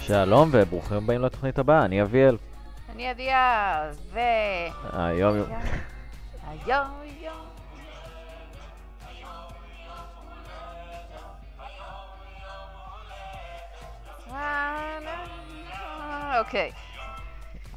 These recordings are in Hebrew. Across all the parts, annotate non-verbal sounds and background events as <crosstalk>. שלום וברוכים הבאים לתוכנית הבאה, אני אביאל. אני עדיה, ו... היום... יום, היום, יום. אוקיי.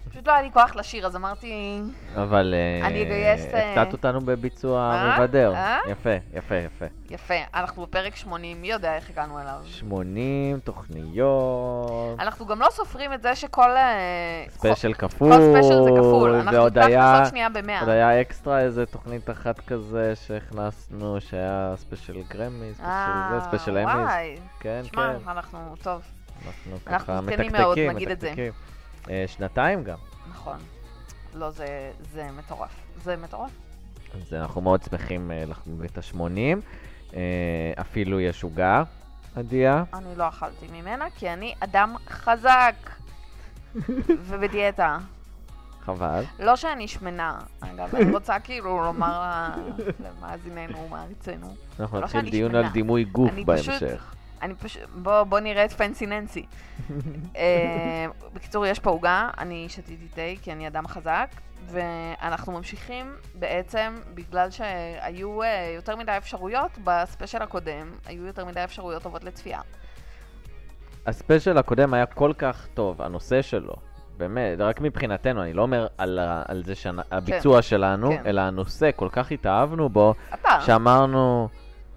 פשוט לא היה לי כוח לשיר, אז אמרתי... אבל... אה, אני אגייס, אה, הפתעת אותנו בביצוע אה? מבדר. אה? יפה, יפה, יפה. יפה, אנחנו בפרק 80, מי יודע איך הגענו אליו. 80 תוכניות, אנחנו גם לא סופרים את זה שכל... אה, ספיישל כפול, כל ספיישל זה כפול. אנחנו ועוד נפתח היה... לעשות שנייה במאה. עוד היה אקסטרה איזה תוכנית אחת כזה שהכנסנו, שהיה ספיישל גרמי, ספיישל אה, זה, ספיישל אמיז. וואי, כן, שמע, כן, אנחנו, טוב, אנחנו אנחנו ככה זקנים מאוד, מתקתקים, נגיד את זה. מתקתקים. אה, שנתיים גם, נכון. לא, זה, זה מטורף. זה מטורף. אז אנחנו מאוד שמחים אה, לחגוג את ה-80. אה, אפילו יש עוגה, עדיה. אני לא אכלתי ממנה, כי אני אדם חזק ובדיאטה. חבל. לא שאני שמנה, אגב, אני רוצה כאילו לומר ל- למאזיננו ומעריצינו. אנחנו לא נתחיל שאני דיון על שמנה. דימוי גוף אני פשוט- בהמשך. אני פשוט, בוא, בוא נראה את פנסי ננסי. אה, בקיצור, יש פה עוגה, אני שתיתי תה כי אני אדם חזק, ואנחנו ממשיכים בעצם בגלל שהיו אה, יותר מדי אפשרויות בספיישל הקודם, היו יותר מדי אפשרויות טובות לצפייה. הספיישל הקודם היה כל כך טוב, הנושא שלו. באמת, רק מבחינתנו, אני לא אומר על, ה- על זה שהביצוע כן, שלנו, כן. כן. אה. אלא הנושא, כל כך התאהבנו בו, אתה, שאמרנו,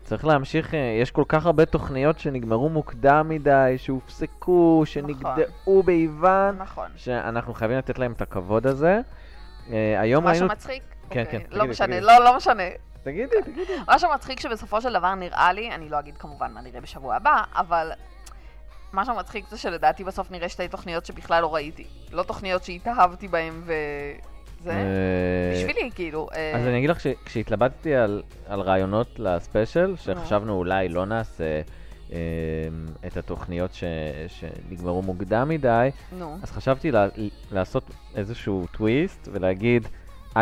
צריך להמשיך, אה, יש כל כך הרבה תוכניות שנגמרו מוקדם מדי, שהופסקו, שנגדעו באיוון, נכון. שאנחנו חייבים לתת להם את הכבוד הזה. אה, היום מה ראינו... שמצחיק? כן, אוקיי, כן, לא תגידי, משנה, תגידי. לא, לא משנה. תגידי, תגידי. מה שמצחיק שבסופו של דבר נראה לי, אני לא אגיד כמובן מה נראה בשבוע הבא, אבל מה שמצחיק זה שלדעתי בסוף נראה שתי תוכניות שבכלל לא ראיתי. לא תוכניות שהתאהבתי בהן ו... זה אה, בשבילי, כאילו. אה, אז אני אגיד לך שכשהתלבטתי על, על רעיונות לספיישל, שחשבנו אולי לא נעשה אמ, את התוכניות ש, שנגמרו מוקדם מדי, נו, אז חשבתי לה, לעשות איזשהו טוויסט ולהגיד,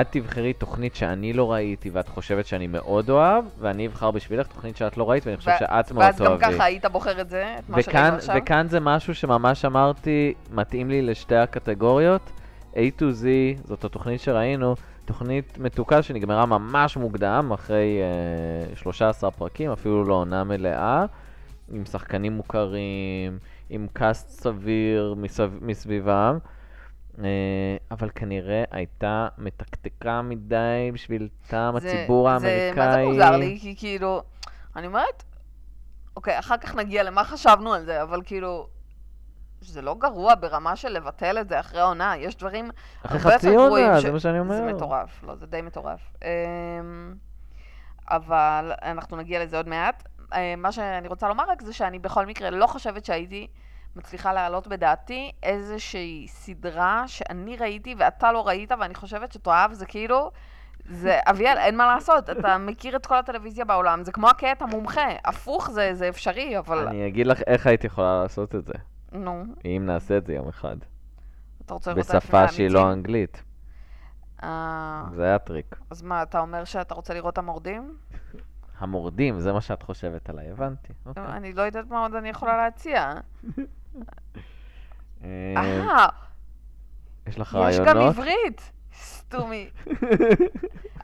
את תבחרי תוכנית שאני לא ראיתי ואת חושבת שאני מאוד אוהב, ואני אבחר בשבילך תוכנית שאת לא ראית ואני חושב ו- שאת מאוד ואז גם תאהבי. ככה היית בוחר את זה, את מה שראינו וכאן, עכשיו. וכאן זה משהו שממש אמרתי, מתאים לי לשתי הקטגוריות. A to Z, זאת התוכנית שראינו, תוכנית מתוקה שנגמרה ממש מוקדם, אחרי uh, 13 פרקים, אפילו לא עונה מלאה, עם שחקנים מוכרים, עם קאסט סביר מסב... מסביבם, uh, אבל כנראה הייתה מתקתקה מדי בשביל טעם זה- הציבור זה האמריקאי. מה זה מוזר לי, כי כאילו, אני אומרת, אוקיי, אחר כך נגיע למה חשבנו על זה, אבל כאילו, זה לא גרוע ברמה של לבטל את זה אחרי העונה, יש דברים אחרי הרבה יותר חצי עונה, גרועים ש... ש- זה מה שאני אומר. זה מטורף, לא, זה די מטורף. אמ, אבל אנחנו נגיע לזה עוד מעט. אמ, מה שאני רוצה לומר רק זה שאני בכל מקרה לא חושבת שהייתי מצליחה להעלות בדעתי איזושהי סדרה שאני ראיתי ואתה לא ראית ואני חושבת שתאהב, זה כאילו... זה, אביאל, אין מה לעשות, אתה מכיר את כל הטלוויזיה בעולם, זה כמו הקטע מומחה, הפוך זה, זה אפשרי, אבל... אני אגיד לך איך היית יכולה לעשות את זה, נו, אם נעשה את זה יום אחד. אתה רוצה לראות את בשפה האנשים שהיא לא האמיצים? אנגלית. אה, זה היה טריק. אז מה, אתה אומר שאתה רוצה לראות את המורדים? המורדים, זה מה שאת חושבת עליי, הבנתי. אוקיי. אני לא יודעת מה עוד אני יכולה להציע. אה, אה, יש לך יש גם רעיונות? עברית. סתומי.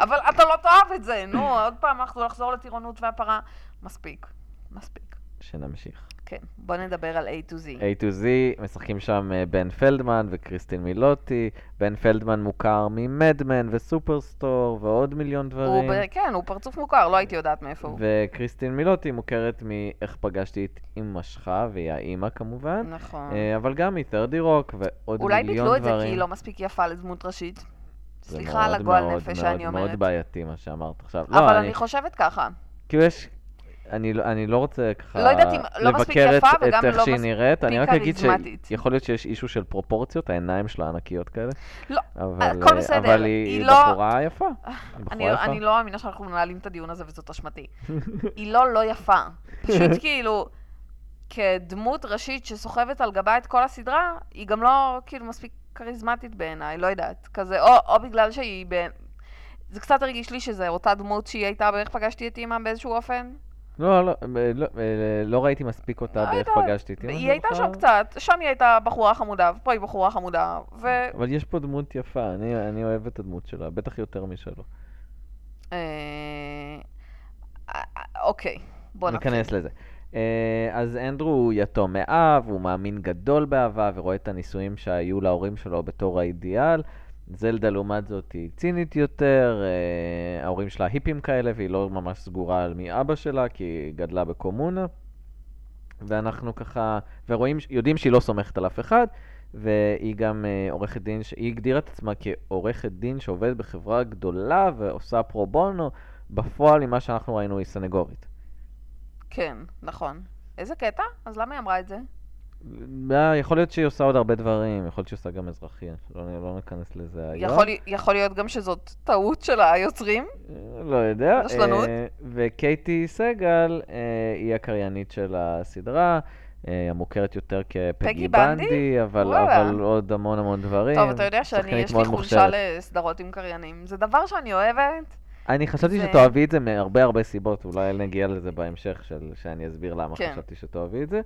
אבל אתה לא תאהב את זה, נו, עוד פעם אנחנו נחזור לטירונות והפרה. מספיק, מספיק. שנמשיך. כן, בוא נדבר על A to A Z. to Z, משחקים שם אה, בן פלדמן וקריסטין מילוטי. בן פלדמן מוכר ממדמן וסופרסטור ועוד מיליון הוא דברים. ב- כן, הוא פרצוף מוכר, לא הייתי יודעת מאיפה הוא. וקריסטין מילוטי מוכרת מאיך פגשתי את אמא שלך, והיא האימא כמובן. נכון. אה, אבל גם מתרדי רוק ועוד אולי מיליון דברים. ביטלו את זה כי היא לא מספיק יפה לדמות ראשית. זה סליחה על מאוד, הגועל מאוד, נפש מאוד, שאני אומרת. מאוד בעייתי מה שאמרת עכשיו. לא, אבל אני, אני חושבת ככה. כאילו יש... אני, לא- אני לא רוצה ככה לא יודעת אם- לא מספיק לבקר את, יפה את וגם איך לא שהיא מספיק נראית, אני רק אגיד כריזמטית. שיכול להיות שיש אישו של פרופורציות, העיניים שלה ענקיות כאלה. לא, אבל, הכל אה, בסדר, אבל היא, היא היא לא- בחורה יפה. היא בחורה אני, יפה. אני לא מאמינה שאנחנו מנהלים את הדיון הזה וזאת אשמתי. היא לא לא יפה. <laughs> פשוט כאילו, כדמות ראשית שסוחבת על גבה את כל הסדרה, היא גם לא כאילו מספיק כריזמטית בעיניי, לא יודעת. כזה, או, או בגלל שהיא ב... זה קצת הרגיש לי שזה אותה דמות שהיא הייתה באיך פגשתי את אימא באיזשהו אופן. לא, לא, אה, לא, אה, לא ראיתי מספיק אותה לא באיך יודעת. פגשתי. אותי, נכון. אבל היא כן, זה הייתה בכלל- שם קצת, שם היא הייתה בחורה חמודה, ופה היא בחורה חמודה, ו... אה, אבל יש פה דמות יפה, אני, אני אוהב את הדמות שלה, בטח יותר משלו. אה, אה, אוקיי, בוא נתחיל. ניכנס לזה. אה, אז אנדרו הוא יתום מאב, הוא מאמין גדול באהבה ורואה את הנישואים שהיו להורים שלו בתור האידיאל. זלדה לעומת זאת היא צינית יותר, אה, ההורים שלה היפים כאלה והיא לא ממש סגורה על מי אבא שלה כי היא גדלה בקומונה. ואנחנו ככה, ורואים, יודעים שהיא לא סומכת על אף אחד, והיא גם אה, עורכת דין, ש- היא הגדירה את עצמה כעורכת דין שעובדת בחברה גדולה ועושה פרו בונו, בפועל ממה שאנחנו ראינו היא סנגורית. כן, נכון. איזה קטע? אז למה היא אמרה את זה? לא, יכול להיות שהיא עושה עוד הרבה דברים, יכול להיות שהיא עושה גם אזרחי, לא, לא ניכנס לזה היום. יכול, יכול להיות גם שזאת טעות של היוצרים? אה, לא יודע. רשלנות? אה, וקייטי סגל אה, היא הקריינית של הסדרה, אה, המוכרת יותר פגי כפגי בנדי? בנדי, אבל, וואלה. אבל עוד המון המון דברים. טוב, אתה יודע שאני, שחקנית יש לי כן, מאוד חולשה מוכשרת. לסדרות עם קריינים. זה דבר שאני אוהבת. אני חשבתי זה- שתאהבי את זה מהרבה הרבה סיבות, אולי נגיע לזה בהמשך, של, שאני אסביר למה כן. חשבתי שתאהבי את זה.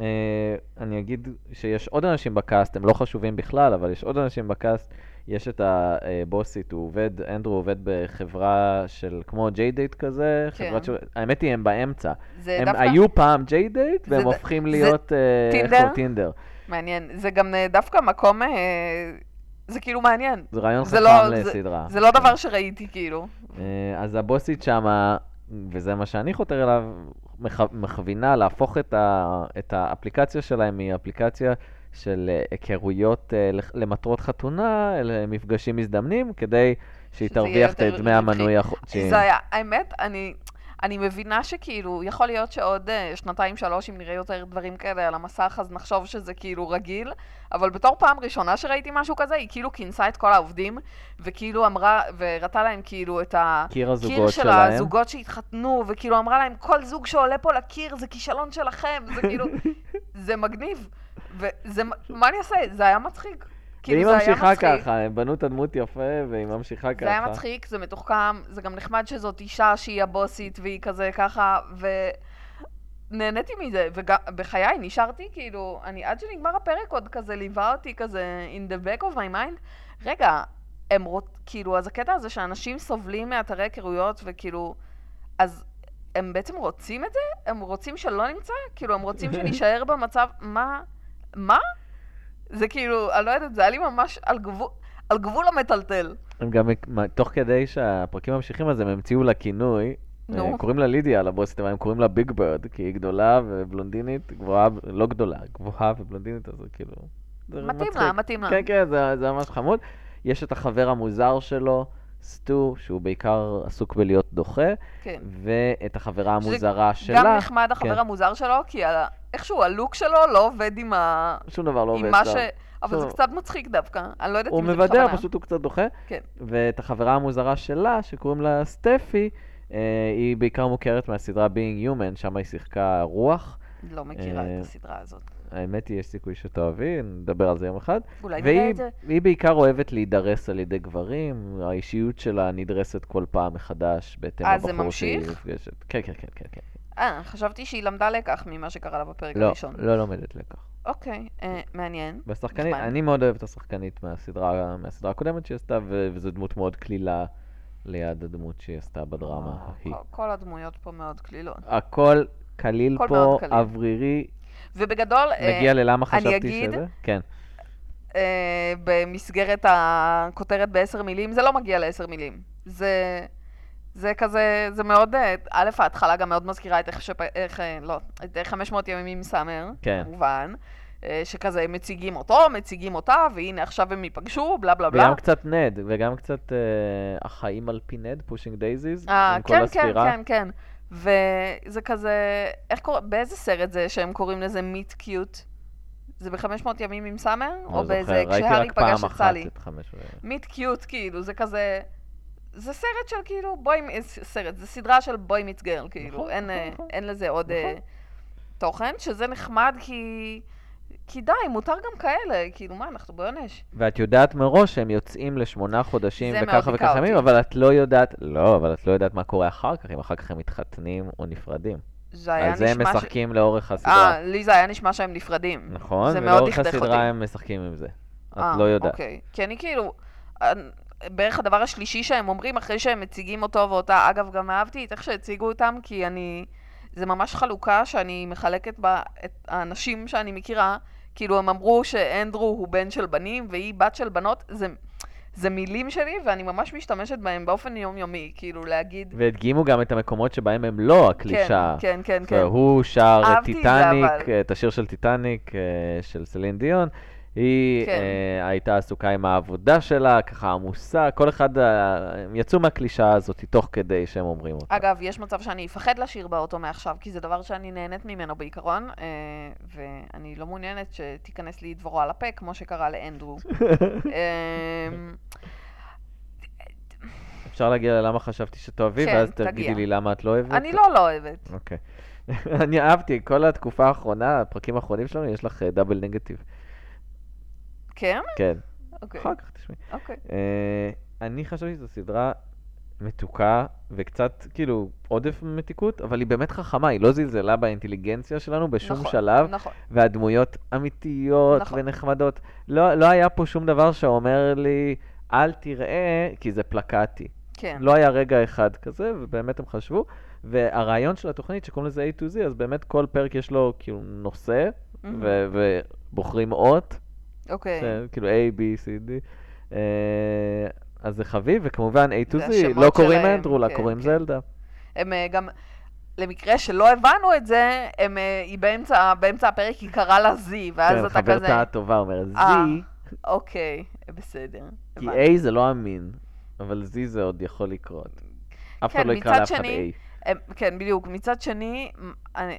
אה, אני אגיד שיש עוד אנשים בקאסט, הם לא חשובים בכלל, אבל יש עוד אנשים בקאסט. יש את הבוסית, הוא עובד, אנדרו עובד בחברה של, כמו ג'יי-דייט כזה, כן. חברת ש... האמת היא, הם באמצע. זה הם דווקא היו פעם ג'יי-דייט, זה והם ד- הופכים זה להיות... אה, איך טינדר? הוא? טינדר. מעניין. זה גם אה, דווקא מקום... אה, זה כאילו מעניין. זה רעיון זה לא- חכם לסדרה. זה לא דבר שראיתי, כאילו. אה, אז הבוסית שמה, וזה מה שאני חותר אליו, מכ- מכווינה להפוך את, ה, את האפליקציה שלהם מאפליקציה של אה, היכרויות אה, לח- למטרות חתונה, למפגשים מזדמנים, כדי שהיא שזה יהיה תרוויח את יותר דמי המנוי רווחי. החודשיים. זה היה, האמת, אני, אני מבינה שכאילו, יכול להיות שעוד אה, שנתיים, שלוש, אם נראה יותר דברים כאלה על המסך, אז נחשוב שזה כאילו רגיל, אבל בתור פעם ראשונה שראיתי משהו כזה, היא כאילו כינסה את כל העובדים, וכאילו אמרה, והראתה להם כאילו את ה... קיר קיר הזוגות של שלהם. הזוגות שהתחתנו, וכאילו אמרה להם, כל זוג שעולה פה לקיר זה כישלון שלכם, זה <laughs> כאילו, זה מגניב. וזה, מה אני אעשה? זה היה מצחיק. והיא כאילו, זה היה ממשיכה מצחיק. ככה, הם בנו את הדמות יפה, והיא ממשיכה ככה. זה היה מצחיק, זה מתוחכם, זה גם נחמד שזאת אישה שהיא הבוסית והיא כזה ככה, ונהניתי מזה, ובחיי נשארתי, כאילו, אני עד שנגמר הפרק עוד כזה ליווה אותי כזה in the back of my mind, רגע, הם רוצ... כאילו, אז הקטע הזה שאנשים סובלים מאתרי היכרויות, וכאילו, אז הם בעצם רוצים את זה? הם רוצים שלא נמצא? כאילו, הם רוצים שנישאר במצב, מה? מה? זה כאילו, אני לא יודעת, זה היה לי ממש על גבול, על גבול המטלטל. הם גם, מ- תוך כדי שהפרקים ממשיכים, אז הם המציאו לה כינוי, נו. נו. אה, קוראים לה לידיה, לבוסית, אבל הם קוראים לה ביג ברד, כי היא גדולה ובלונדינית, גבוהה, ב- לא גדולה, גבוהה ובלונדינית, אז זה כאילו... זה מתאים מצחיק. לה, מתאים לה. כן, כן, זה, זה ממש חמוד. יש את החבר המוזר שלו, סטו, שהוא בעיקר עסוק בלהיות דוחה, כן. ואת החברה שזה המוזרה שלה. גם נחמד החבר כן. המוזר שלו, כי ה- איכשהו הלוק שלו לא עובד עם ה... שום דבר לא עם עובד. מה ש... טוב. אבל זה טוב. קצת מצחיק דווקא. אני לא יודעת הוא אם זה מוודא, בכוונה. פשוט הוא קצת דוחה. כן. ואת החברה המוזרה שלה, שקוראים לה סטפי, אה, היא בעיקר מוכרת מהסדרה Being Human, שם היא שיחקה רוח. לא מכירה אה, את הסדרה הזאת. האמת היא, יש סיכוי שתאהבי, נדבר על זה יום אחד. אולי נראה והיא את זה. היא בעיקר אוהבת להידרס על ידי גברים, האישיות שלה נדרסת כל פעם מחדש, בהתאם אה, זה לבחור שהיא ממשיך? נפגשת. כן, כן, כן, כן. כן. אה, חשבתי שהיא למדה לקח ממה שקרה לה בפרק לא, הראשון. לא לומדת לקח. אוקיי, אה, מעניין. והשחקנית, נחמד. אני מאוד אוהב את השחקנית מהסדרה, מהסדרה הקודמת שהיא עשתה, ו- וזו דמות מאוד קלילה ליד הדמות שהיא עשתה אה, בדרמה ההיא. כל- כל הדמויות פה מאוד קלילות. הכל קליל אוקיי. הכל פה, מאוד קליל. אוורירי, ובגדול, אה, נגיע ללמה אני חשבתי אגיד- שזה. כן. אה, במסגרת הכותרת בעשר מילים, זה לא מגיע לעשר מילים. זה, זה כזה, זה מאוד, אה, א', ההתחלה גם מאוד מזכירה את איך, שפ, איך אה, לא, את אה, 500 ימים עם סאמר, כן. כמובן, אה, שכזה מציגים אותו, מציגים אותה, והנה עכשיו הם ייפגשו, בלה בלה בלה. וגם קצת נד, וגם קצת אה, החיים על פי נד, פושינג דייזיז, אה, עם כל כן, כן, הספירה. כן, כן. וזה כזה, איך קורא, באיזה סרט זה שהם קוראים לזה מיט קיוט? זה ב-500 ימים עם סאמר? או באיזה, כשהארי פגש את סלי? ראיתי לא רק פעם אחת את חמש... ו- מיט קיוט, כאילו, זה כזה... זה סרט של כאילו, בוי, מ- ס- סרט, זה סדרה של בוי מיץ גרל, כאילו, נכון, אין, נכון, אה, נכון. אין לזה עוד אה, נכון. תוכן, שזה נחמד כי כי די, מותר גם כאלה, כאילו מה, אנחנו בעונש. ואת יודעת מראש שהם יוצאים לשמונה חודשים זה מאוד וככה דיכא וככה אותי. ימים, אבל את לא יודעת, לא, אבל את לא יודעת מה קורה אחר כך, אם אחר כך הם מתחתנים או נפרדים. זה אה, היה על נשמע זה ש... הם משחקים לאורך הסדרה. אה, לי זה היה נשמע שהם נפרדים. נכון? זה מאוד ולאורך דכדך אותי. הסדרה הם משחקים עם זה. אה, את לא יודעת. אוקיי. כי אני כאילו, אני- בערך הדבר השלישי שהם אומרים אחרי שהם מציגים אותו ואותה, אגב, גם אהבתי את איך שהציגו אותם, כי אני... זה ממש חלוקה שאני מחלקת בה את האנשים שאני מכירה. כאילו, הם אמרו שאנדרו הוא בן של בנים והיא בת של בנות. זה, זה מילים שלי, ואני ממש משתמשת בהם באופן יומיומי. כאילו, להגיד... והדגימו גם את המקומות שבהם הם לא הקלישאה. כן, כן, כן. כן. כן. הוא שר את אהבתי את זה, טיטניק, אה, אבל. את השיר של טיטניק אה, של סלין דיון. היא כן. אה, הייתה עסוקה עם העבודה שלה, ככה עמוסה, כל אחד, אה, הם יצאו מהקלישאה הזאת תוך כדי שהם אומרים אותה. אגב, יש מצב שאני אפחד לשיר באוטו מעכשיו, כי זה דבר שאני נהנית ממנו בעיקרון, אה, ואני לא מעוניינת שתיכנס לי דברו על הפה, כמו שקרה לאנדרו. <laughs> אמ, <laughs> אפשר להגיע ללמה חשבתי שתאהבי, כן, ואז תגיע. תגידי לי למה את לא אוהבת. אני לא לא אוהבת. אוקיי. <laughs> אני אהבתי, כל התקופה האחרונה, הפרקים האחרונים שלנו, יש לך אה, דאבל נגטיב. כן? כן, אוקיי. אחר כך תשמעי. אוקיי. אה, אני חשבתי שזו סדרה מתוקה וקצת כאילו עודף מתיקות, אבל היא באמת חכמה, היא לא זלזלה באינטליגנציה שלנו בשום נכון, שלב, נכון. והדמויות אמיתיות נכון. ונחמדות. לא לא היה פה שום דבר שאומר לי, אל תראה, כי זה פלקטי. כן. לא היה רגע אחד כזה, ובאמת הם חשבו. והרעיון של התוכנית, שקוראים לזה A to Z, אז באמת כל פרק יש לו כאילו נושא, מהמם. ו- ובוחרים אות, אוקיי. כן, כאילו A, B, C, D. אה, אז זה חביב, וכמובן A to זה Z, לא השמות קוראים שלהם, אנדרו, אלא כן, קוראים כן. זלדה. הם אה, גם... למקרה שלא הבנו את זה, הם, אה, היא באמצע, באמצע הפרק היא קראה לה זי, ואז כן, אתה כזה... חברתה הטובה אומרת, Z, אה, אוקיי, בסדר. כי הבנתי. A זה לא אמין, אבל Z זה עוד יכול לקרות. אף אחד כן, לא יקרא מצד לאף אחד שני, A. הם, כן, בדיוק. מצד שני, מ- אני,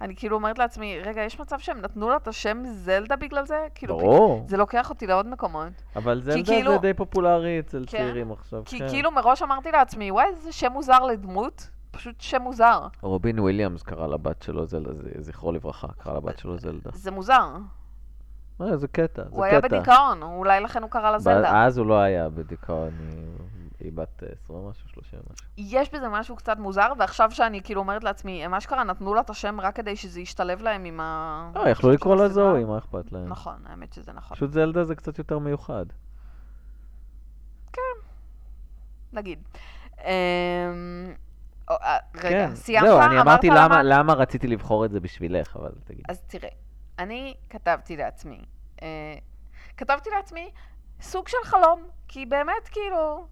אני כאילו אומרת לעצמי, רגע, יש מצב שהם נתנו לה את השם זלדה בגלל זה? כאילו, ברור, זה לוקח אותי לעוד מקומות. אבל זלדה זה כאילו- די פופולרי אצל כן, צעירים עכשיו. כי כן. כאילו מראש אמרתי לעצמי, וואי, איזה שם מוזר לדמות, פשוט שם מוזר. רובין וויליאמס קרא לבת שלו זלדה, ז- זכרו לברכה, קרא לבת שלו זלדה. זה מוזר. אה, זה קטע, זה הוא היה קטע. בדיכאון, אולי לכן הוא קרא לה זלדה. אז הוא לא היה בדיכאון, היא- היא בת אה, 20 משהו, 30 משהו. יש בזה משהו קצת מוזר, ועכשיו שאני כאילו אומרת לעצמי, הם אשכרה נתנו לה את השם רק כדי שזה ישתלב להם עם ה... לא, יכלו לקרוא לה הסדרה. זוהי, מה אכפת להם? נכון, האמת שזה נכון. פשוט זלדה זה קצת יותר מיוחד. נגיד. אמ, או, אה, רגע, כן. סיימת? זהו, אני אמרתי אמרת למה, למה רציתי לבחור את זה בשבילך, אבל תגיד. אז תראה, אני כתבתי לעצמי, אה, כתבתי לעצמי סוג של חלום, כי באמת כאילו,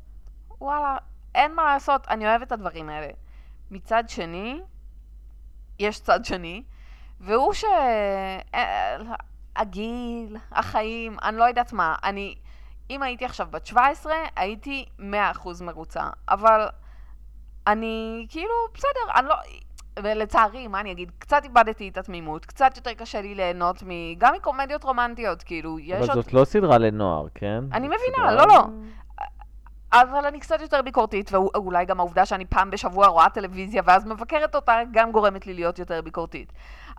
וואלה, אין מה לעשות, אני אוהבת את הדברים האלה. מצד שני, יש צד שני, והוא ש... אה, הגיל, החיים, אני לא יודעת מה, אני... אם הייתי עכשיו בת 17, הייתי 100% מרוצה, אבל אני כאילו, בסדר, אני לא... ולצערי, מה אני אגיד? קצת איבדתי את התמימות, קצת יותר קשה לי ליהנות מ... גם מקומדיות רומנטיות, כאילו, אבל יש עוד... זאת לא סדרה לנוער, כן? אני זאת מבינה, סדרה- לא, לא. אבל אני קצת יותר ביקורתית, ואולי גם העובדה שאני פעם בשבוע רואה טלוויזיה ואז מבקרת אותה, גם גורמת לי להיות יותר ביקורתית.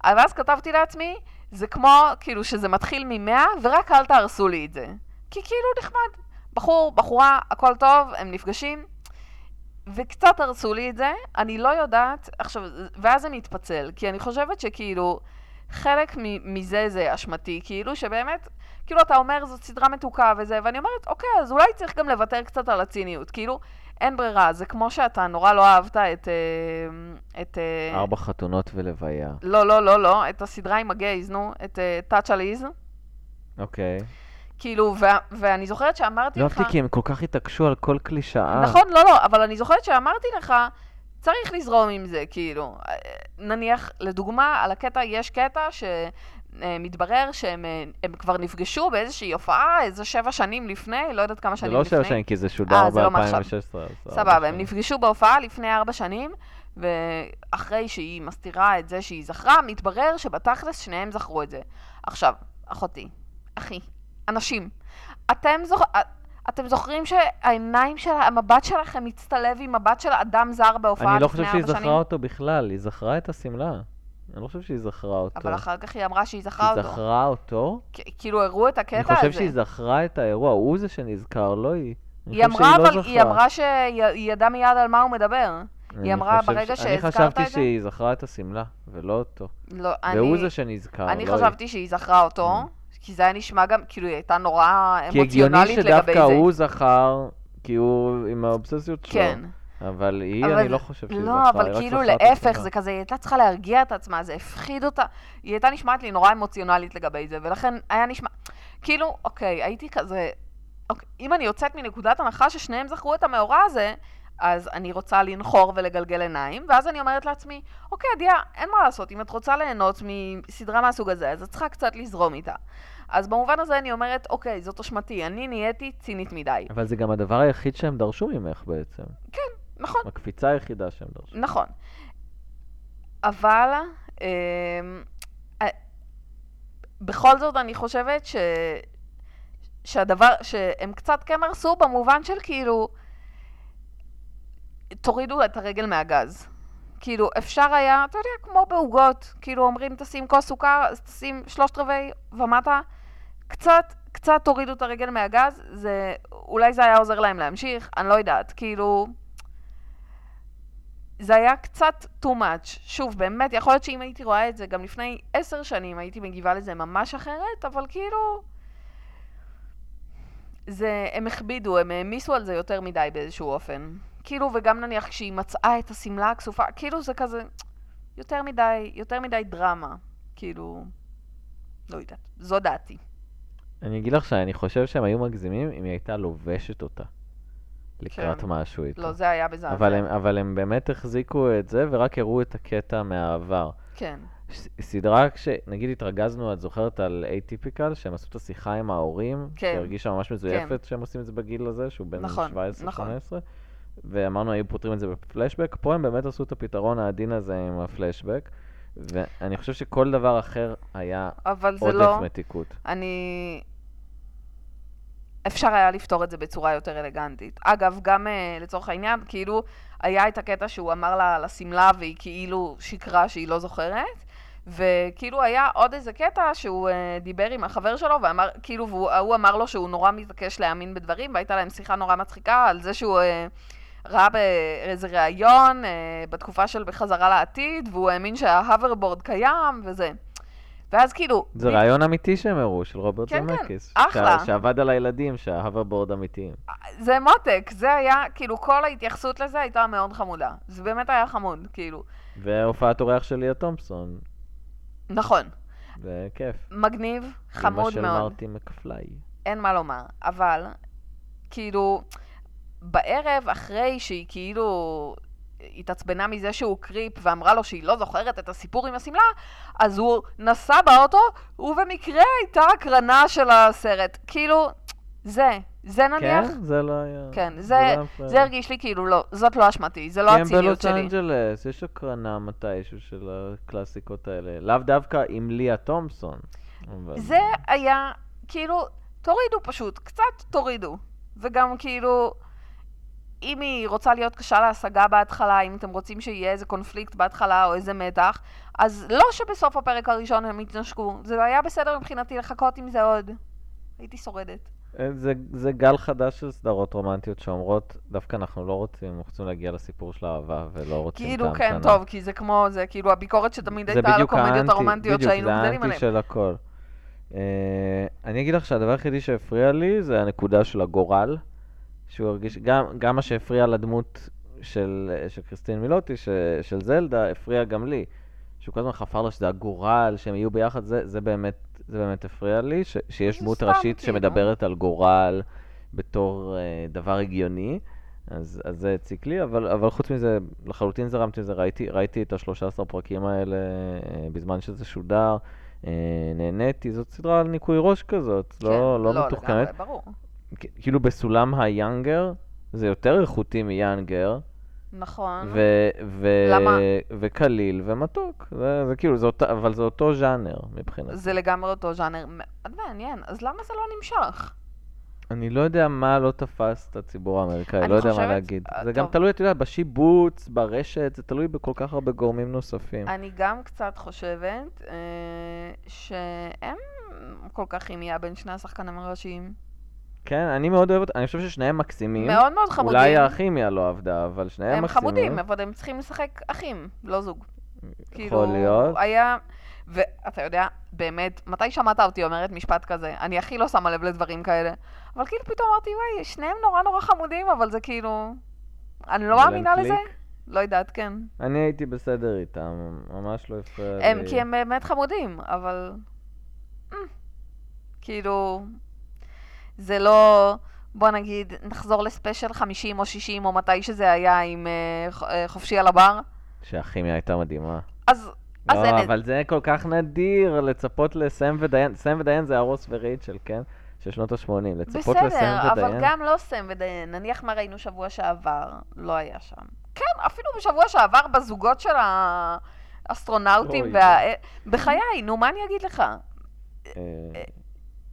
אבל אז כתבתי לעצמי, זה כמו, כאילו, שזה מתחיל ממאה, ורק אל תהרסו לי את זה. כי כאילו נחמד. בחור, בחורה, הכל טוב, הם נפגשים, וקצת הרסו לי את זה, אני לא יודעת, עכשיו, ואז זה מתפצל, כי אני חושבת שכאילו, חלק מ- מזה זה אשמתי, כאילו, שבאמת, כאילו, אתה אומר, זאת סדרה מתוקה וזה, ואני אומרת, אוקיי, אז אולי צריך גם לוותר קצת על הציניות, כאילו, אין ברירה, זה כמו שאתה נורא לא אהבת את... אה, את... אה, ארבע חתונות ולוויה. לא, לא, לא, לא, את הסדרה עם הגייז, נו, את טאצ' על איז. אוקיי. כאילו, וה- ואני זוכרת שאמרתי לא לך... אהבתי כי הם כל כך התעקשו על כל קלישאה. נכון, לא, לא, אבל אני זוכרת שאמרתי לך, צריך לזרום עם זה, כאילו. אה, נניח, לדוגמה, על הקטע, יש קטע שמתברר שהם אה, הם כבר נפגשו באיזושהי הופעה איזה שבע שנים לפני, לא יודעת כמה זה שנים לא לפני. שבע שנים, כי זה שודר אה, זה לא מעכשיו. ב-2016. סבבה, הם נפגשו בהופעה לפני ארבע שנים, ואחרי שהיא מסתירה את זה שהיא זכרה, מתברר שבתכלס שניהם זכרו את זה. עכשיו, אחותי, אחי, אנשים, אתם, זוכ... אה, אתם זוכרים שהעיניים של המבט שלכם מצטלב עם מבט של אדם זר בהופעה אני לא לפני ארבע חושב שנים? שהיא זכרה אותו בכלל, היא זכרה את השמלה. אני לא חושב שהיא זכרה אותו. אבל אחר כך היא אמרה שהיא זכרה היא אותו. זכרה אותו? כ- כאילו הראו את הקטע אני הזה. חושב שהיא זכרה את האירוע, הוא זה שנזכר, לא היא. אני היא חושב אמרה, שהיא לא אבל היא זכרה. אמרה שהיא ידעה מיד על מה הוא מדבר. אני אמרה, חושב ברגע ש- אני שהזכרת את חשבתי זה- שהיא זכרה את השמלה, ולא אותו. לא, אני... והוא זה שנזכר, לא היא. אני חשבתי שהיא זכרה אותו, כי זה היה נשמע גם, כאילו היא הייתה נורא כי הגיוני אמוציונלית לגבי זה. שדווקא הוא זכר, כי הוא עם האובססיות שלו. כן. אבל היא, אבל- אני לא חושב שהיא זכרה, לא, היא אבל רק כאילו זכרה את להפך, עצמה. זה כזה, היא הייתה צריכה להרגיע את עצמה, זה הפחיד אותה. היא הייתה נשמעת לי נורא אמוציונלית לגבי זה, ולכן היה נשמע... כאילו, אוקיי, הייתי כזה... אוקיי, אם אני יוצאת מנקודת הנחה ששניהם זכרו את המאורע הזה, אז אני רוצה לנחור ולגלגל עיניים, ואז אני אומרת לעצמי, אוקיי, עדיה, אין מה לעשות, אם את רוצה ליהנות מסדרה מהסוג הזה, אז את צריכה קצת לזרום איתה. אז במובן הזה אני אומרת, אוקיי, זאת אשמתי, אני נהייתי צינית מדי. אבל זה גם הדבר היחיד שהם דרשו ממך בעצם. נכון, הקפיצה היחידה שהם דרשו. נכון. אבל אמ, אה, בכל זאת אני חושבת ש... שהדבר, שהם קצת כן הרסו במובן של כאילו, תורידו את הרגל מהגז. כאילו, אפשר היה, אתה יודע, כמו בעוגות, כאילו אומרים, תשים כוס סוכר, אז תשים שלושת רבעי ומטה, קצת, קצת תורידו את הרגל מהגז, זה, אולי זה היה עוזר להם להמשיך, אני לא יודעת, כאילו, זה היה קצת too much. שוב, באמת, יכול להיות שאם הייתי רואה את זה גם לפני עשר שנים, הייתי מגיבה לזה ממש אחרת, אבל כאילו... זה, הם הכבידו, הם העמיסו על זה יותר מדי באיזשהו אופן. כאילו, וגם נניח כשהיא מצאה את השמלה הכסופה, כאילו זה כזה יותר מדי, יותר מדי דרמה. כאילו, לא יודעת, זו דעתי. אני אגיד לך שאני חושב שהם היו מגזימים אם היא הייתה לובשת אותה. לקראת כן. משהו איתה. לא, זה היה בזעזע. אוקיי. אבל הם, אבל הם באמת החזיקו את זה ורק הראו את הקטע מהעבר. כן, ס- סדרה, כש... נגיד התרגזנו, את זוכרת על אייטיפיקל, שהם עשו את השיחה עם ההורים, כן. שהרגישה ממש מזויפת שהם עושים את זה בגיל הזה, שהוא בן נכון, 17-15, נכון. ואמרנו, היו פותרים את זה בפלשבק, פה הם באמת עשו את הפתרון העדין הזה עם הפלשבק, ואני חושב שכל דבר אחר היה אבל זה עודף לא... מתיקות. אני... אפשר היה לפתור את זה בצורה יותר אלגנטית. אגב, גם אה, לצורך העניין, כאילו, היה את הקטע שהוא אמר לה על השמלה והיא כאילו שיקרה שהיא לא זוכרת, וכאילו היה עוד איזה קטע שהוא אה, דיבר עם החבר שלו, ואמר, כאילו, והוא ההוא אמר לו שהוא נורא מתעקש להאמין בדברים, והייתה להם שיחה נורא מצחיקה על זה שהוא... אה, ראה באיזה ראיון אה, בתקופה של בחזרה לעתיד, והוא האמין שההוברבורד קיים וזה. ואז כאילו... זה רעיון אמיתי שהם הראו, של רוברט כן, כן, זמקיס. אחלה. שה- שעבד על הילדים, שההוברבורד אמיתיים. זה מותק, זה היה, כאילו, כל ההתייחסות לזה הייתה מאוד חמודה. זה באמת היה חמוד, כאילו. והופעת אורח של ליה תומפסון, נכון, זה כיף. מגניב, חמוד אמא כאילו, של מאוד, מרטי מקפליי. אין מה לומר. אבל, כאילו, בערב, אחרי שהיא כאילו התעצבנה מזה שהוא קריפ ואמרה לו שהיא לא זוכרת את הסיפור עם השמלה, אז הוא נסע באוטו, ובמקרה הייתה הקרנה של הסרט. כאילו, זה, זה נניח... כן? זה לא היה... כן, זה- לא היה- זה הרגיש לי כאילו לא, זאת לא אשמתי, זה לא כי הם הציניות בלוס שלי. אנג'לס, יש הקרנה מתישהו של הקלאסיקות האלה. לאו דווקא עם ליה תומפסון. אבל- זה היה, כאילו, תורידו פשוט, קצת תורידו. וגם כאילו, אם היא רוצה להיות קשה להשגה בהתחלה, אם אתם רוצים שיהיה איזה קונפליקט בהתחלה או איזה מתח, אז לא שבסוף הפרק הראשון הם יתנשקו, זה היה בסדר מבחינתי לחכות עם זה עוד. הייתי שורדת. כן, אה, זה, זה גל חדש של סדרות רומנטיות שאומרות, דווקא אנחנו לא רוצים, אנחנו רוצים להגיע לסיפור של האהבה ולא רוצים כאילו, את ההמתנה. כן, טוב, כי זה כמו, זה כאילו הביקורת שתמיד הייתה על הקומדיות הרומנטיות שהיינו גדלים בדיוק, עליהן. זה האנטי של הכל. Uh, אני אגיד לך שהדבר היחידי שהפריע לי זה הנקודה של הגורל, שהוא הרגיש, גם, גם מה שהפריע לדמות של, של קריסטין מילוטי, ש, של זלדה, הפריע גם לי. שהוא כל הזמן חפר לה שזה הגורל, שהם יהיו ביחד, זה, זה, באמת, זה באמת הפריע לי, ש, שיש זה דמות סתם, ראשית כאילו. שמדברת על גורל בתור אה, דבר הגיוני. אז, אז זה הציק לי, אבל, אבל חוץ מזה, לחלוטין זרמתי עם זה, ראיתי, ראיתי את השלושה עשר פרקים האלה אה, בזמן שזה שודר, אה, נהניתי, זאת סדרה על ניקוי ראש כזאת, כן, לא, לא, לגמרי, מתוחכמת. ברור. כ- כאילו בסולם היאנגר, זה יותר איכותי מיאנגר, נכון. ו- ו- למה? וקליל ומתוק, זה, זה כאילו, זה אותה, אבל זה אותו ז'אנר מבחינתי. זה לגמרי אותו ז'אנר. מאוד מעניין, אז למה זה לא נמשך? אני לא יודע מה לא תפס את הציבור האמריקאי, אני לא יודע מה חושבת- להגיד. אה, זה גם טוב. תלוי, אתה יודע, בשיבוץ, ברשת, זה תלוי בכל כך הרבה גורמים נוספים. אני גם קצת חושבת אה, שאין כל כך כימיה בין שני השחקנים הראשיים. כן, אני מאוד אוהב אותם, אני חושב ששניהם מקסימים. מאוד מאוד חמודים. אולי לא? הכימיה לא עבדה, אבל שניהם הם מקסימים. חמודים, אבל הם צריכים לשחק אחים, לא זוג. כאילו, יכול להיות. היה... ואתה יודע, באמת, מתי שמעת אותי אומרת משפט כזה? אני הכי לא שמה לב לדברים כאלה. אבל כאילו פתאום אמרתי, וואי, שניהם נורא נורא חמודים, אבל זה כאילו... אני לא אבל הם מאמינה לזה. קליק. לא יודעת, כן. אני הייתי בסדר איתם, ממש לא הפריע לי. הם, כי הם באמת חמודים, אבל... אה, כאילו... זה לא... בוא נגיד, נחזור לספיישל 50 או 60 או מתי שזה היה עם אה, ח- אה, חופשי על הבר. שהכימיה הייתה מדהימה. אז אז אין לא, את- אבל זה כל כך נדיר לצפות לסם ודיין. סם ודיין זה הרוס ורייצ'ל, כן? של שנות ה-80. לצפות לסם בסדר, אבל ודיין. גם לא סם ודיין. נניח מה ראינו שבוע שעבר, לא היה שם. כן, אפילו בשבוע שעבר בזוגות של האסטרונאוטים אוי. וה... אה, בחיי, נו, מה אני אגיד לך? אה, אה,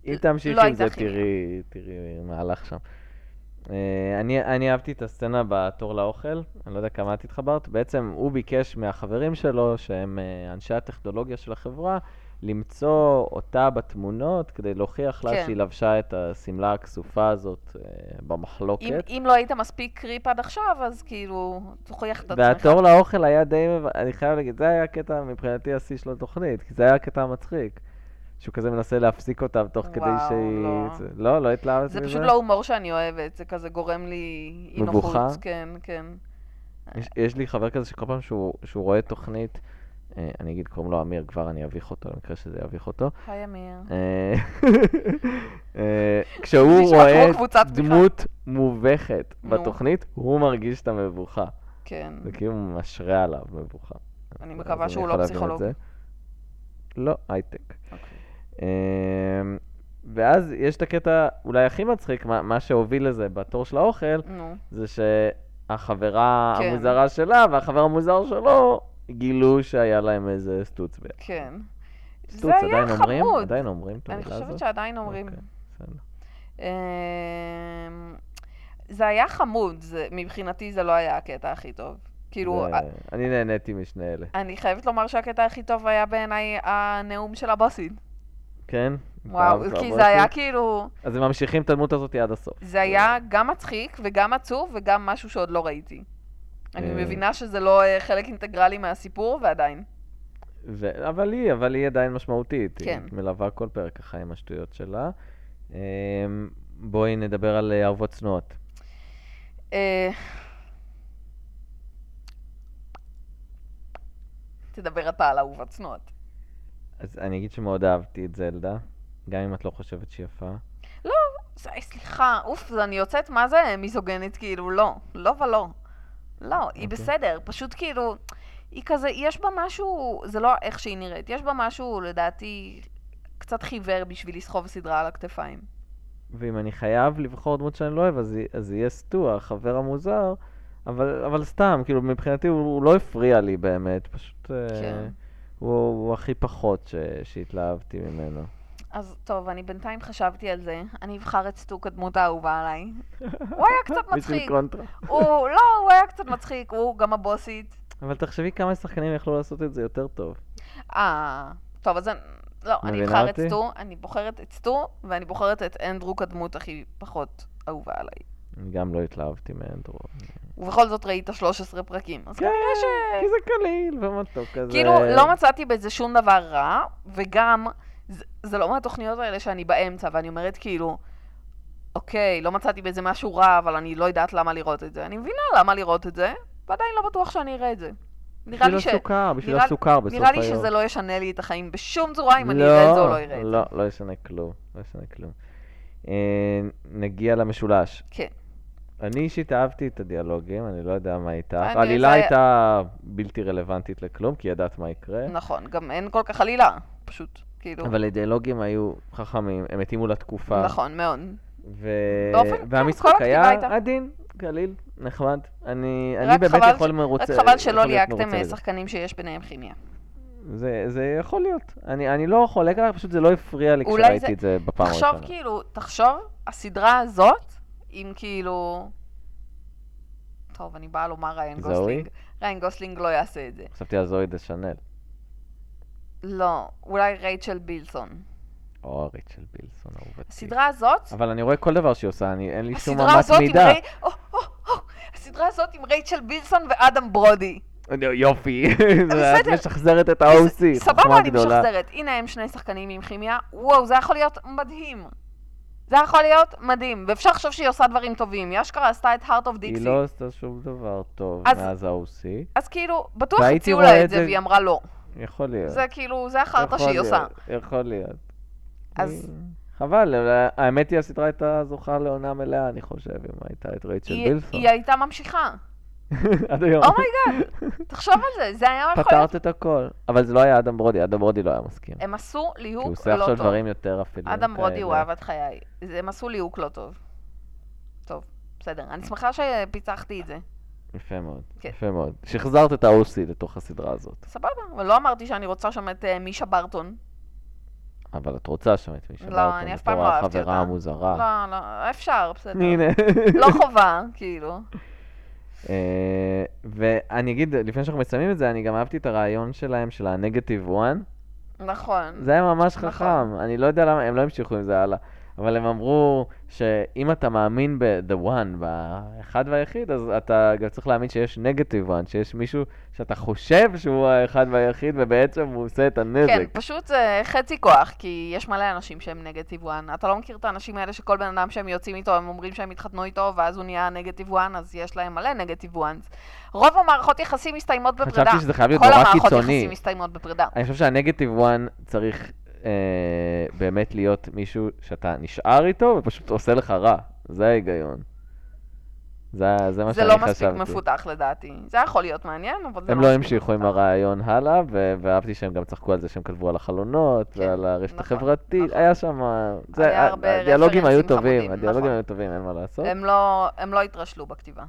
אם לא תמשיך עם הייתה זה, כימיה. תראי תראי מה הלך שם. אה, אני אני אהבתי את הסצנה בתור לאוכל, אני לא יודע כמה את התחברת. בעצם הוא ביקש מהחברים שלו, שהם אה, אנשי הטכנולוגיה של החברה, למצוא אותה בתמונות כדי להוכיח לה כן. שהיא לבשה את השמלה הכסופה הזאת אה, במחלוקת. אם, אם לא היית מספיק קריפ עד עכשיו, אז כאילו, תוכיח את עצמך. והתור לאוכל היה די, מב- אני חייב להגיד, זה היה הקטע מבחינתי השיא של התוכנית, כי זה היה הקטע המצחיק. שהוא כזה מנסה להפסיק אותה תוך כדי וואו, שהיא... לא. זה- לא, לא התלהבת מזה? זה פשוט לא הומור שאני אוהבת, זה כזה גורם לי אי נוחות. מבוכה? כן, כן. יש, יש לי חבר כזה שכל פעם שהוא, שהוא רואה תוכנית, אה, אני אגיד, קוראים לו אמיר, כבר אני אביך אותו, למקרה שזה יביך אותו. היי, אמיר. אה, <laughs> אה, כשהוא נשמע רואה כמו קבוצת תמיכה. דמות מובכת נו. בתוכנית, הוא מרגיש את המבוכה. כן, זה כאילו משרה עליו מבוכה. אני אז מקווה שהוא יכול לא להבין את פסיכולוג. זה. לא, הייטק. אוקיי. אמ, ואז יש את הקטע אולי הכי מצחיק, מה, מה שהוביל לזה בתור של האוכל, נו, זה שהחברה כן. המוזרה שלה והחבר המוזר שלו גילו שהיה להם איזה סטוץ ביחד. כן. סטוץ, זה היה עדיין אומרים? חמוד. עדיין אומרים את אני המילה הזאת? חושבת שעדיין אומרים. אוקיי, בסדר. אמ, זה היה חמוד, זה- מבחינתי זה לא היה הקטע הכי טוב. כאילו, זה- אני נהניתי משני אלה. אני חייבת לומר שהקטע הכי טוב היה בעיניי הנאום של הבוסית. כן? וואו, פעם כי קרבות זה היה לי. כאילו, אז הם ממשיכים את הדמות הזאת עד הסוף. זה היה גם מצחיק וגם עצוב וגם משהו שעוד לא ראיתי. אני אה. מבינה שזה לא אה, חלק אינטגרלי מהסיפור, ועדיין. ו... אבל היא, אבל היא עדיין משמעותית. כן. היא מלווה כל פרק ככה עם השטויות שלה. אמ, בואי נדבר על אה, אהובות צנועות. אה, תדבר אתה על אהובת צנועות. אז אני אגיד שמאוד אהבתי את זלדה, גם אם את לא חושבת שהיא יפה. זה- אה, סליחה, אוף, אני יוצאת, מה זה מיזוגנית? כאילו, לא. לא ולא. לא, היא אוקיי. בסדר, פשוט כאילו, היא כזה, יש בה משהו, זה לא איך שהיא נראית, יש בה משהו, לדעתי, קצת חיוור בשביל לסחוב סדרה על הכתפיים. ואם אני חייב לבחור דמות שאני לא אוהב, אז, היא- אז יהיה סטו, החבר המוזר, אבל, אבל סתם, כאילו, מבחינתי הוא, הוא לא הפריע לי באמת, פשוט כן. כן. הוא, הוא הכי פחות ש, שהתלהבתי ממנו. אז טוב, אני בינתיים חשבתי על זה, אני אבחר את סטוק הדמות האהובה עליי. הוא היה קצת בשביל מצחיק. קונטרה. הוא, לא, הוא היה קצת מצחיק, הוא גם הבוסית. אבל תחשבי כמה שחקנים יכלו לעשות את זה יותר טוב. אה, טוב, אז אני... לא, אני מבינה אבחר את אותי? סטו, אני בוחרת את סטו, ואני בוחרת את אנדרו כדמות הכי פחות אהובה עליי. אני גם לא התלהבתי מאנדרו. ובכל זאת ראית 13 פרקים. אז כן, כי זה קליל ומתוק כזה. כאילו, לא מצאתי בזה שום דבר רע, וגם, זה, זה לא מהתוכניות האלה שאני באמצע, ואני אומרת כאילו, אוקיי, לא מצאתי בזה משהו רע, אבל אני לא יודעת למה לראות את זה. אני מבינה למה לראות את זה, ועדיין לא בטוח שאני אראה את זה. נראה בשביל לי, ש... הסוכר, בשביל נראה- הסוכר כאילו, בסוף היום. נראה לי שזה לא ישנה לי את החיים בשום צורה, אם אני אראה את זה או לא אראה את זה. לא, לא ישנה כלום, לא ישנה כלום. אה, נגיע למשולש. כן. אני אישית אהבתי את הדיאלוגים, אני לא יודע מה איתך. אני- העלילה אה, זה- הייתה בלתי רלוונטית לכלום, כי ידעת מה יקרה. נכון, גם אין כל כך עלילה, פשוט, כאילו. אבל הדיאלוגים היו חכמים, הם התאימו לתקופה. נכון, מאוד. ו... באופן- כן, והמשחק כל היה הכתיבה הייתה. עדין, קליל, נחמד. אני, רק אני באמת חבל יכול מרוצה. רק חבל יכול שלא להיות ליהקתם מרוצה אה, מזה. שחקנים שיש ביניהם כימיה. זה, זה יכול להיות. אני, אני לא חולק עליך, פשוט זה לא הפריע לי אולי כשראיתי זה- את זה בפעם הראשונה. תחשוב כאילו, תחשוב, הסדרה הזאת, אם כאילו... טוב, אני באה לומר ריין זוהי? גוסלינג. ריין גוסלינג לא יעשה את זה. חשבתי על זוהי דה שנל, לא, אולי רייצ'ל בילסון. או ריצ'ל בילסון, אהובתי. הסדרה הזאת, אבל אני רואה כל דבר שהיא עושה, אני, אין לי שום הסדרה אמת הזאת עם מידה. ריי... או, או, או, הסדרה הזאת עם רייצ'ל בילסון ואדם ברודי. יופי, <laughs> את אה, בסדר. משחזרת את ה-OC, סבבה, אה, חוכמה אני גדולה. משחזרת. הנה הם שני שחקנים עם כימיה. וואו, זה יכול להיות מדהים. זה יכול להיות מדהים. ואפשר לחשוב שהיא עושה דברים טובים. היא אשכרה עשתה את heart of היא dixie. לא עשתה שום דבר טוב אז- מאז ה-OC, אז כאילו, בטוח והייתי הציעו רואה לה את את זה זה- והיא אמרה לא. יכול להיות. זה כאילו, זה החרטא יכול שהיא להיות, עושה. יכול להיות. אז- אה, חבל, אבל האמת היא הסדרה הייתה זוכה לעונה מלאה, אני חושב, אם הייתה את רייצ'ל היא- בילסון. היא הייתה ממשיכה. <laughs> עד היום. <laughs> אומייגאד, תחשוב על זה, זה היה יכול להיות. פתרת את הכל. אבל זה לא היה אדם ברודי, אדם ברודי לא היה מסכים. כי הם עשו ליהוק הוא לא טוב. עושה עכשיו דברים יותר אפלים. אדם ברודי הוא כאלה. אהבת חיי. זה- הם עשו ליהוק לא טוב. טוב, בסדר. אני שמחה שפיצחתי את זה. יפה מאוד, כן. יפה מאוד. שחזרת את ה-OC לתוך הסדרה הזאת. סבבה, אבל לא אמרתי שאני רוצה שם את אה, מישה ברטון. אבל את רוצה שם את מי שאמרת. אני אף פעם לא אהבתי החברה אותה. המוזרה. לא, לא, אפשר, בסדר. אה. הנה. לא חובה, כאילו. אה, ואני אגיד, לפני שאנחנו מסיימים את זה, אני גם אהבתי את הרעיון שלהם, של הנגטיב 1. נכון. <laughs> זה היה ממש נכון. חכם, אני לא יודע למה, הם לא המשיכו עם זה הלאה. אבל הם אמרו שאם אתה מאמין ב-The One, באחד והיחיד, אז אתה גם צריך להאמין שיש negative one, שיש מישהו שאתה חושב שהוא האחד והיחיד, ובעצם הוא עושה את הנזק. כן, פשוט זה חצי כוח, כי יש מלא אנשים שהם נגד טבעואן. אתה לא מכיר את האנשים האלה שכל בן אדם שהם יוצאים איתו, הם אומרים שהם התחתנו איתו, ואז הוא נהיה נגד טבעואן, אז יש להם מלא נגד טבעואן. רוב המערכות יחסים מסתיימות בפרידה. חשבתי שזה חייב להיות כל נורא המערכות קיצוני. יחסים מסתיימות בפרידה. אני חושב שהנגטיב one צריך אה, באמת להיות מישהו שאתה נשאר איתו, ופשוט עושה לך רע. זה ההיגיון. זה, זה מה זה שאני לא חשבתי. מספיק מפותח לדעתי. זה יכול להיות מעניין, אבל זה הם לא לא מספיק המשיכו עם מפותח. הרעיון הלאה, ו- ואהבתי שהם גם צחקו על זה שהם כתבו על החלונות, כן, ועל הרשת נכון, החברתית, נכון. היה שם... אה, זה- היה ה- הרבה הדיאלוגים היו רפרנסים טובים, חמודים, הדיאלוגים נכון. היו טובים, אין מה לעשות. הם לא- הם לא התרשלו בכתיבה.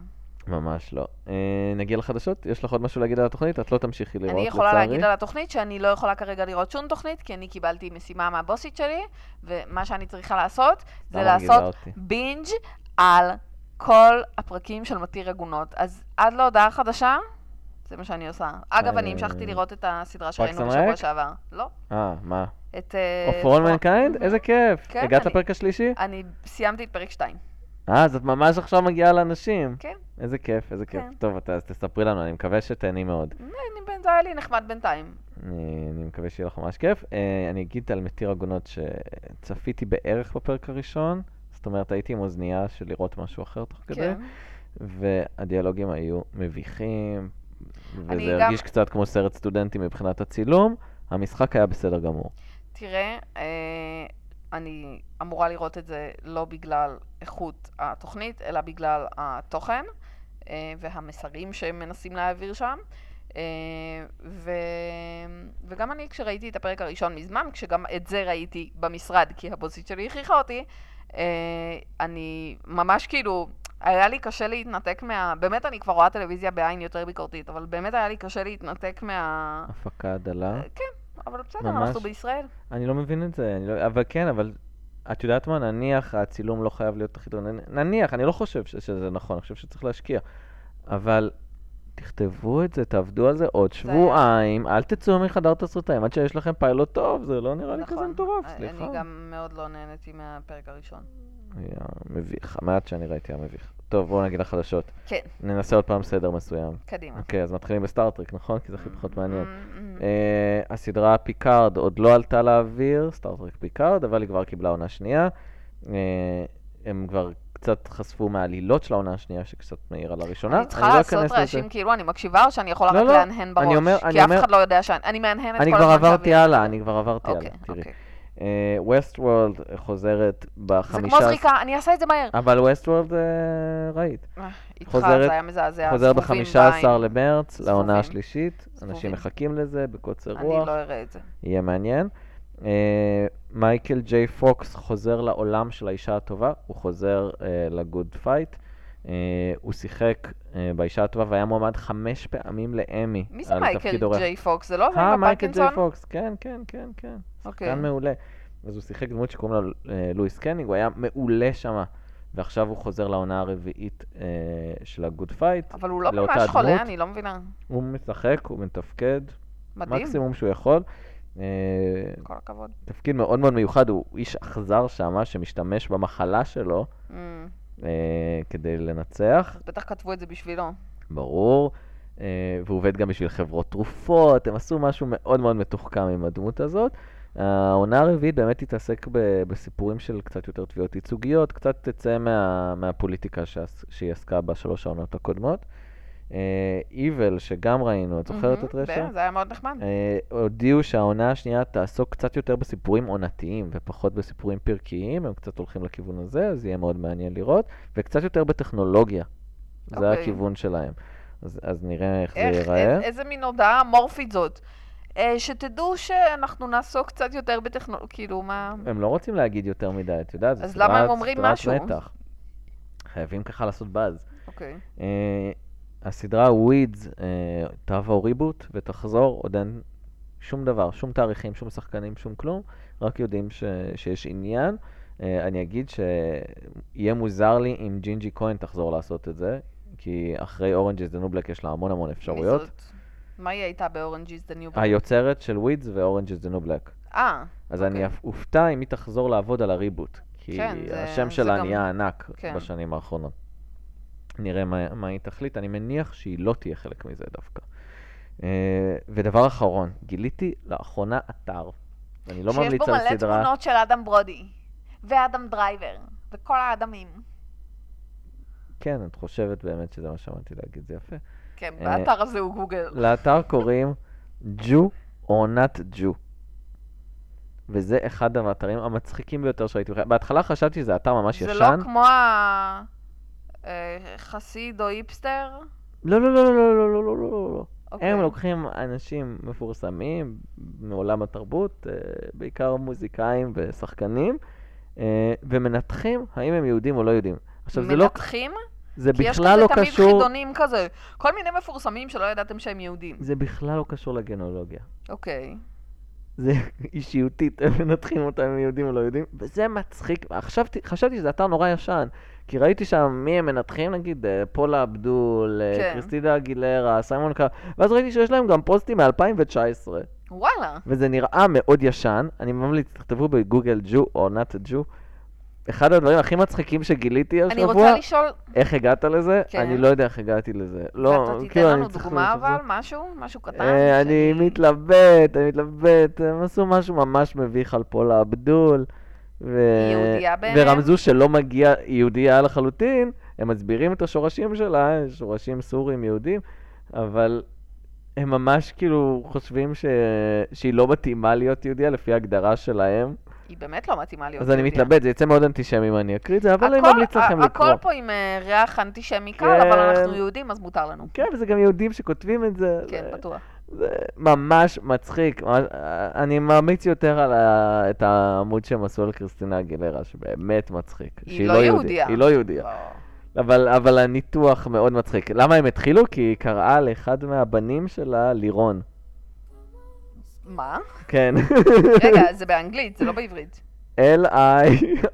ממש לא. אה, נגיע לחדשות, יש לך עוד משהו להגיד על התוכנית? את לא תמשיכי לראות, אני לצערי. יכולה להגיד על התוכנית שאני לא יכולה כרגע לראות שום תוכנית, כי אני קיבלתי משימה מהבוסית שלי, ומה שאני צריכה לעשות זה למה לא? מגעילה לעשות אותי? בינג' על כל הפרקים של מתיר עגונות. אז עד להודעה חדשה, זה מה שאני עושה. אגב, אני אה, המשכתי לראות את הסדרה and שראינו בשבוע Rec? שעבר. לא. אה, מה? את... אה, Of All פרון. Mankind? איזה כיף. כן, הגעת אני- לפרק השלישי? אני סיימתי את פרק 2. אה, אז את ממש עכשיו מגיעה לאנשים. כן. איזה כיף, איזה כיף. כן. טוב, אתה- אז תספרי לנו, אני מקווה שתהני מאוד. אני בן- זה היה לי נחמד בינתיים. אני, אני מקווה שיהיה לך ממש כיף. אה, אני אגיד על מתיר עגונות שצפיתי בערך בפרק הראשון, זאת אומרת הייתי עם אוזנייה של לראות משהו אחר תוך כדי, כן. והדיאלוגים היו מביכים, אני וזה גם- הרגיש קצת כמו סרט סטודנטים מבחינת הצילום. המשחק היה בסדר גמור. תראה, אה, אני אמורה לראות את זה לא בגלל איכות התוכנית, אלא בגלל התוכן אה, והמסרים שהם מנסים להעביר שם. אה, ו... וגם אני, כשראיתי את הפרק הראשון מזמן, כשגם את זה ראיתי במשרד, כי הבוסית שלי הכריחה אותי, אה, אני ממש כאילו, היה לי קשה להתנתק מה... באמת, אני כבר רואה טלוויזיה בעין יותר ביקורתית, אבל באמת היה לי קשה להתנתק מה... כן, הפקה דלה. אבל בסדר, ממש. אנחנו בישראל. אני לא מבין את זה, אני לא... אבל כן, אבל... את יודעת מה, נניח הצילום לא חייב להיות הכי טוב, נ- נניח, אני לא חושב ש- שזה נכון, אני חושב שצריך להשקיע. אבל תכתבו את זה, תעבדו על זה עוד שבועיים, אל תצאו מחדר תסריטאים עד שיש לכם פיילוט טוב, זה לא נראה לי כזה נכון. מטורף, אני- סליחה. אני גם מאוד לא נהניתי מהפרק הראשון. היה מביך, המעט שאני ראיתי היה מביך. טוב, בואו נגיד לחדשות. כן. ננסה עוד פעם סדר מסוים. קדימה. אוקיי, אז מתחילים בסטארטריק, נכון? כי זה הכי פחות מעניין. Mm, mm, mm. אה, הסדרה פיקארד עוד לא עלתה לאוויר, סטארטרק פיקארד, אבל היא כבר קיבלה עונה שנייה. אה, הם כבר קצת חשפו מהעלילות של העונה השנייה, שקצת מעירה לראשונה. אני צריכה לא לעשות אכנס לזה. רעשים כאילו אני מקשיבה, או שאני יכולה לא, רק לא. להנהן אני אומר- בראש? אני כי אף אומר- אחד לא יודע שאני... אני מהנהנת כל אני הזמן. כבר עברתי שאני- הלאה, אני כבר עברתי אוקיי, הלאה, תראי. אוקיי. ווסט וורלד חוזרת זה בחמישה... כמו זריקה, אני אעשה את זה מהר. אבל ווסט וורלד ראית. אה, איתך חוזרת- זה היה מזעזע. חוזר זבובים ב-15 בעין. למרץ, לעונה זבובים. השלישית. אנשים זבובים. מחכים לזה בקוצר רוח. אני לא אראה את זה. יהיה מעניין. אה, מייקל ג'יי פוקס חוזר לעולם של האישה הטובה, הוא חוזר לגוד פייט. אה, הוא שיחק אה, באישה הטובה והיה מועמד חמש פעמים לאמי. מי זה על מייקל אה, תפקיד אורח. ג'יי פוקס? זה לא אה, אברהם מייקל ג'יי פרקינסון? פוקס, כן, כן, כן, כן. אוקיי. שחקן מעולה. אז הוא שיחק דמות שקוראים לה אה, לואיס קנינג, הוא היה מעולה שמה. ועכשיו הוא חוזר לעונה הרביעית אה, של הגוד פייט. אבל הוא לא לאותה ממש חולה, הדמות. אני לא מבינה. הוא משחק, הוא מתפקד, מדהים. מקסימום שהוא יכול. אה, כל הכבוד. תפקיד מאוד מאוד מיוחד, הוא איש אכזר שמה, שמשתמש במחלה שלו Mm, אה, כדי לנצח, אז בטח כתבו את זה בשבילו. ברור. אה, והוא עובד גם בשביל חברות תרופות, הם עשו משהו מאוד מאוד מתוחכם עם הדמות הזאת. העונה הרביעית באמת תתעסק ב- בסיפורים של קצת יותר תביעות ייצוגיות, קצת תצא מה, מהפוליטיקה שעס, שהיא עסקה בשלוש העונות הקודמות. איבל, שגם ראינו, את זוכרת מהמם, את רשע? כן, זה היה מאוד נחמד. אה, הודיעו שהעונה השנייה תעסוק קצת יותר בסיפורים עונתיים ופחות בסיפורים פרקיים, הם קצת הולכים לכיוון הזה, אז יהיה מאוד מעניין לראות, וקצת יותר בטכנולוגיה. זה אוקיי. הכיוון שלהם. אז, אז נראה איך, זה איך, ייראה. אי- איזה מין הודעה אמורפית זאת. אה, שתדעו שאנחנו נעסוק קצת יותר בטכנולוגיה, כאילו, מה... הם לא רוצים להגיד יותר מדי, את יודעת, זו אז למה הם סדרת- אומרים סדרת משהו? מתח. חייבים ככה לעשות באז. אוקיי. אה, הסדרה ווידס אה, תעבור ריבוט ותחזור, עוד אין שום דבר, שום תאריכים, שום שחקנים, שום כלום, רק יודעים ש, שיש עניין. אה, אני אגיד שיהיה מוזר לי אם ג'ינג'י כהן תחזור לעשות את זה, כי אחרי אורנג' is the New Black יש לה המון המון אפשרויות. מי זאת? מה היא הייתה ב-Orange is the New Black? היוצרת של ווידס ואורנג' is the New Black. אה, אז אוקיי. אני אפ- אופתע אם היא תחזור לעבוד על הריבוט, כי כן, זה- השם זה שלה גם- נהיה ענק כן. בשנים האחרונות. נראה מה, מה היא תחליט, אני מניח שהיא לא תהיה חלק מזה דווקא. אה, ודבר אחרון, גיליתי לאחרונה אתר, אני לא ממליץ על שיש בו מלא סדרה, תמונות של אדם ברודי, ואדם דרייבר, וכל האדמים. כן, את חושבת באמת שזה מה שאמרתי להגיד, זה יפה. כן, אה, לא, באתר הזה הוא גוגל. לאתר קוראים ג'ו עונת ג'ו. וזה אחד האתרים המצחיקים ביותר שראיתי. בחיים. בהתחלה חשבתי שזה אתר ממש זה ישן. לא כמו ה- אה, חסיד או היפסטר? לא, לא, לא, לא, לא, לא, לא, לא, לא, לא. אוקיי. הם לוקחים אנשים מפורסמים מעולם התרבות, אה, בעיקר מוזיקאים ושחקנים, אה, ומנתחים האם הם יהודים או לא יהודים. עכשיו, זה לא... מנתחים? זה כי יש בכלל כזה לא תמיד קשור... חידונים כזה. כל מיני מפורסמים שלא ידעתם שהם יהודים. זה בכלל לא קשור לגנולוגיה. אוקיי. זה <laughs> אישיותית, הם מנתחים אותם אם הם יהודים או לא יהודים, וזה מצחיק. עכשיו ת- חשבתי שזה אתר נורא ישן, כי ראיתי שם מי הם מנתחים, נגיד אה, פולה אבדול, אה, כן. קריסטידה אגילרה, סיימון קאר, ואז ראיתי שיש להם גם פוסטים מ-2019. וואלה. וזה נראה מאוד ישן, אני ממליץ, תכתבו בגוגל ג'ו או נאט ג'ו. אחד הדברים הכי מצחיקים שגיליתי אני השבוע, רוצה לשאול, איך הגעת לזה? כן. אני לא יודע איך הגעתי לזה. לא, אתה תיתן כאילו, אני לנו צריך דוגמה לחשוב על אבל? זה. משהו? משהו קטן? אה, אני שאני- מתלבט, אני מתלבט, הם עשו משהו ממש מביך על פולה אבדול. ו- יהודייה בעיניהם? ורמזו שלא מגיע יהודייה לחלוטין, הם מסבירים את השורשים שלה, שורשים סורים יהודים, אבל הם ממש כאילו חושבים ש... שהיא לא מתאימה להיות יהודייה לפי ההגדרה שלהם. היא באמת לא מתאימה להיות אז אני יהודייה. מתלבט, זה יצא מאוד אנטישמי אם אני אקריא את זה, אבל אני הכל- ממליץ לכם ה- לקרוא. הכל פה עם אה, ריח אנטישמי קל, כן. אבל אנחנו יהודים, אז מותר לנו. כן, וזה גם יהודים שכותבים את זה. כן, זה- בטוח. זה ממש מצחיק. ממש- אני ממליץ יותר על ה... את העמוד שהם עשו על קריסטינה אגילרה, שבאמת מצחיק. היא שהיא לא יהודית. יהודייה. היא לא יהודייה. אבל, אבל הניתוח מאוד מצחיק. למה הם התחילו? כי היא קראה לאחד מהבנים שלה לירון. מה? כן. <laughs> רגע, זה באנגלית, זה לא בעברית.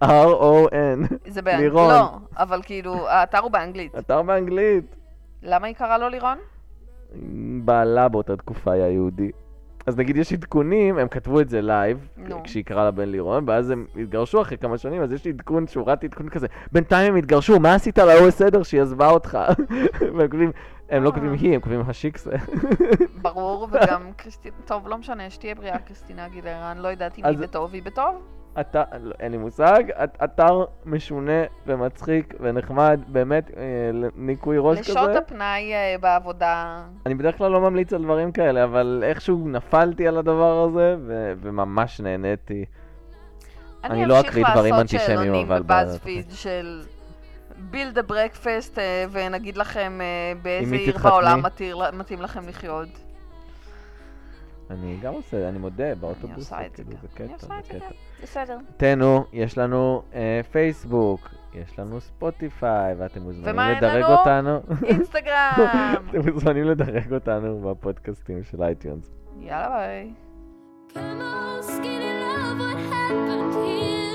L-I-R-O-N. זה באנגלית. לירון. לא, אבל כאילו, האתר הוא באנגלית. אתר באנגלית. למה היא קראה לו לירון? בעלה באותה תקופה היה יהודי. אז נגיד יש עדכונים, הם כתבו את זה לייב, נו. כשהיא קראה לבן לירון, ואז הם התגרשו אחרי כמה שנים, אז יש עדכון, שורת עדכון כזה, בינתיים הם התגרשו, מה עשית להוא סדר שהיא עזבה אותך? <laughs> והם כותבים, הם לא אה. כותבים היא, הם כותבים השיקסה. <laughs> ברור, וגם קריסטינה, טוב, לא משנה, שתהיה בריאה קריסטינה אגילרה, אני לא יודעת אם היא אז- בטוב, היא בטוב? אתה, לא, אין לי מושג, את- אתר משונה ומצחיק ונחמד, באמת, אה, ניקוי ראש כזה. לשעות הפנאי אה, בעבודה, אני בדרך כלל לא ממליץ על דברים כאלה, אבל איכשהו נפלתי על הדבר הזה, ו- וממש נהניתי. אני לא אקריא דברים אנטישמיים, אני אמשיך אבל לעשות שאלונים ב- בבאזפיד של build a breakfast, אה, ונגיד לכם אה, באיזה מי עיר תתחתני? בעולם מתיר- מתאים לכם לחיות. אני גם עושה, אני מודה, באוטובוס. אני עושה את זה כאילו, גם. קטע, אני עושה את זה קטע. גם. בסדר. <laughs> תנו, יש לנו אה, פייסבוק, יש לנו ספוטיפיי, ואתם מוזמנים ומה אין לדרג לנו? אותנו. אינסטגרם! <laughs> אתם מוזמנים לדרג אותנו בפודקאסטים של אייטיונס. יאללה ביי. Come on, skinny love, what happened here?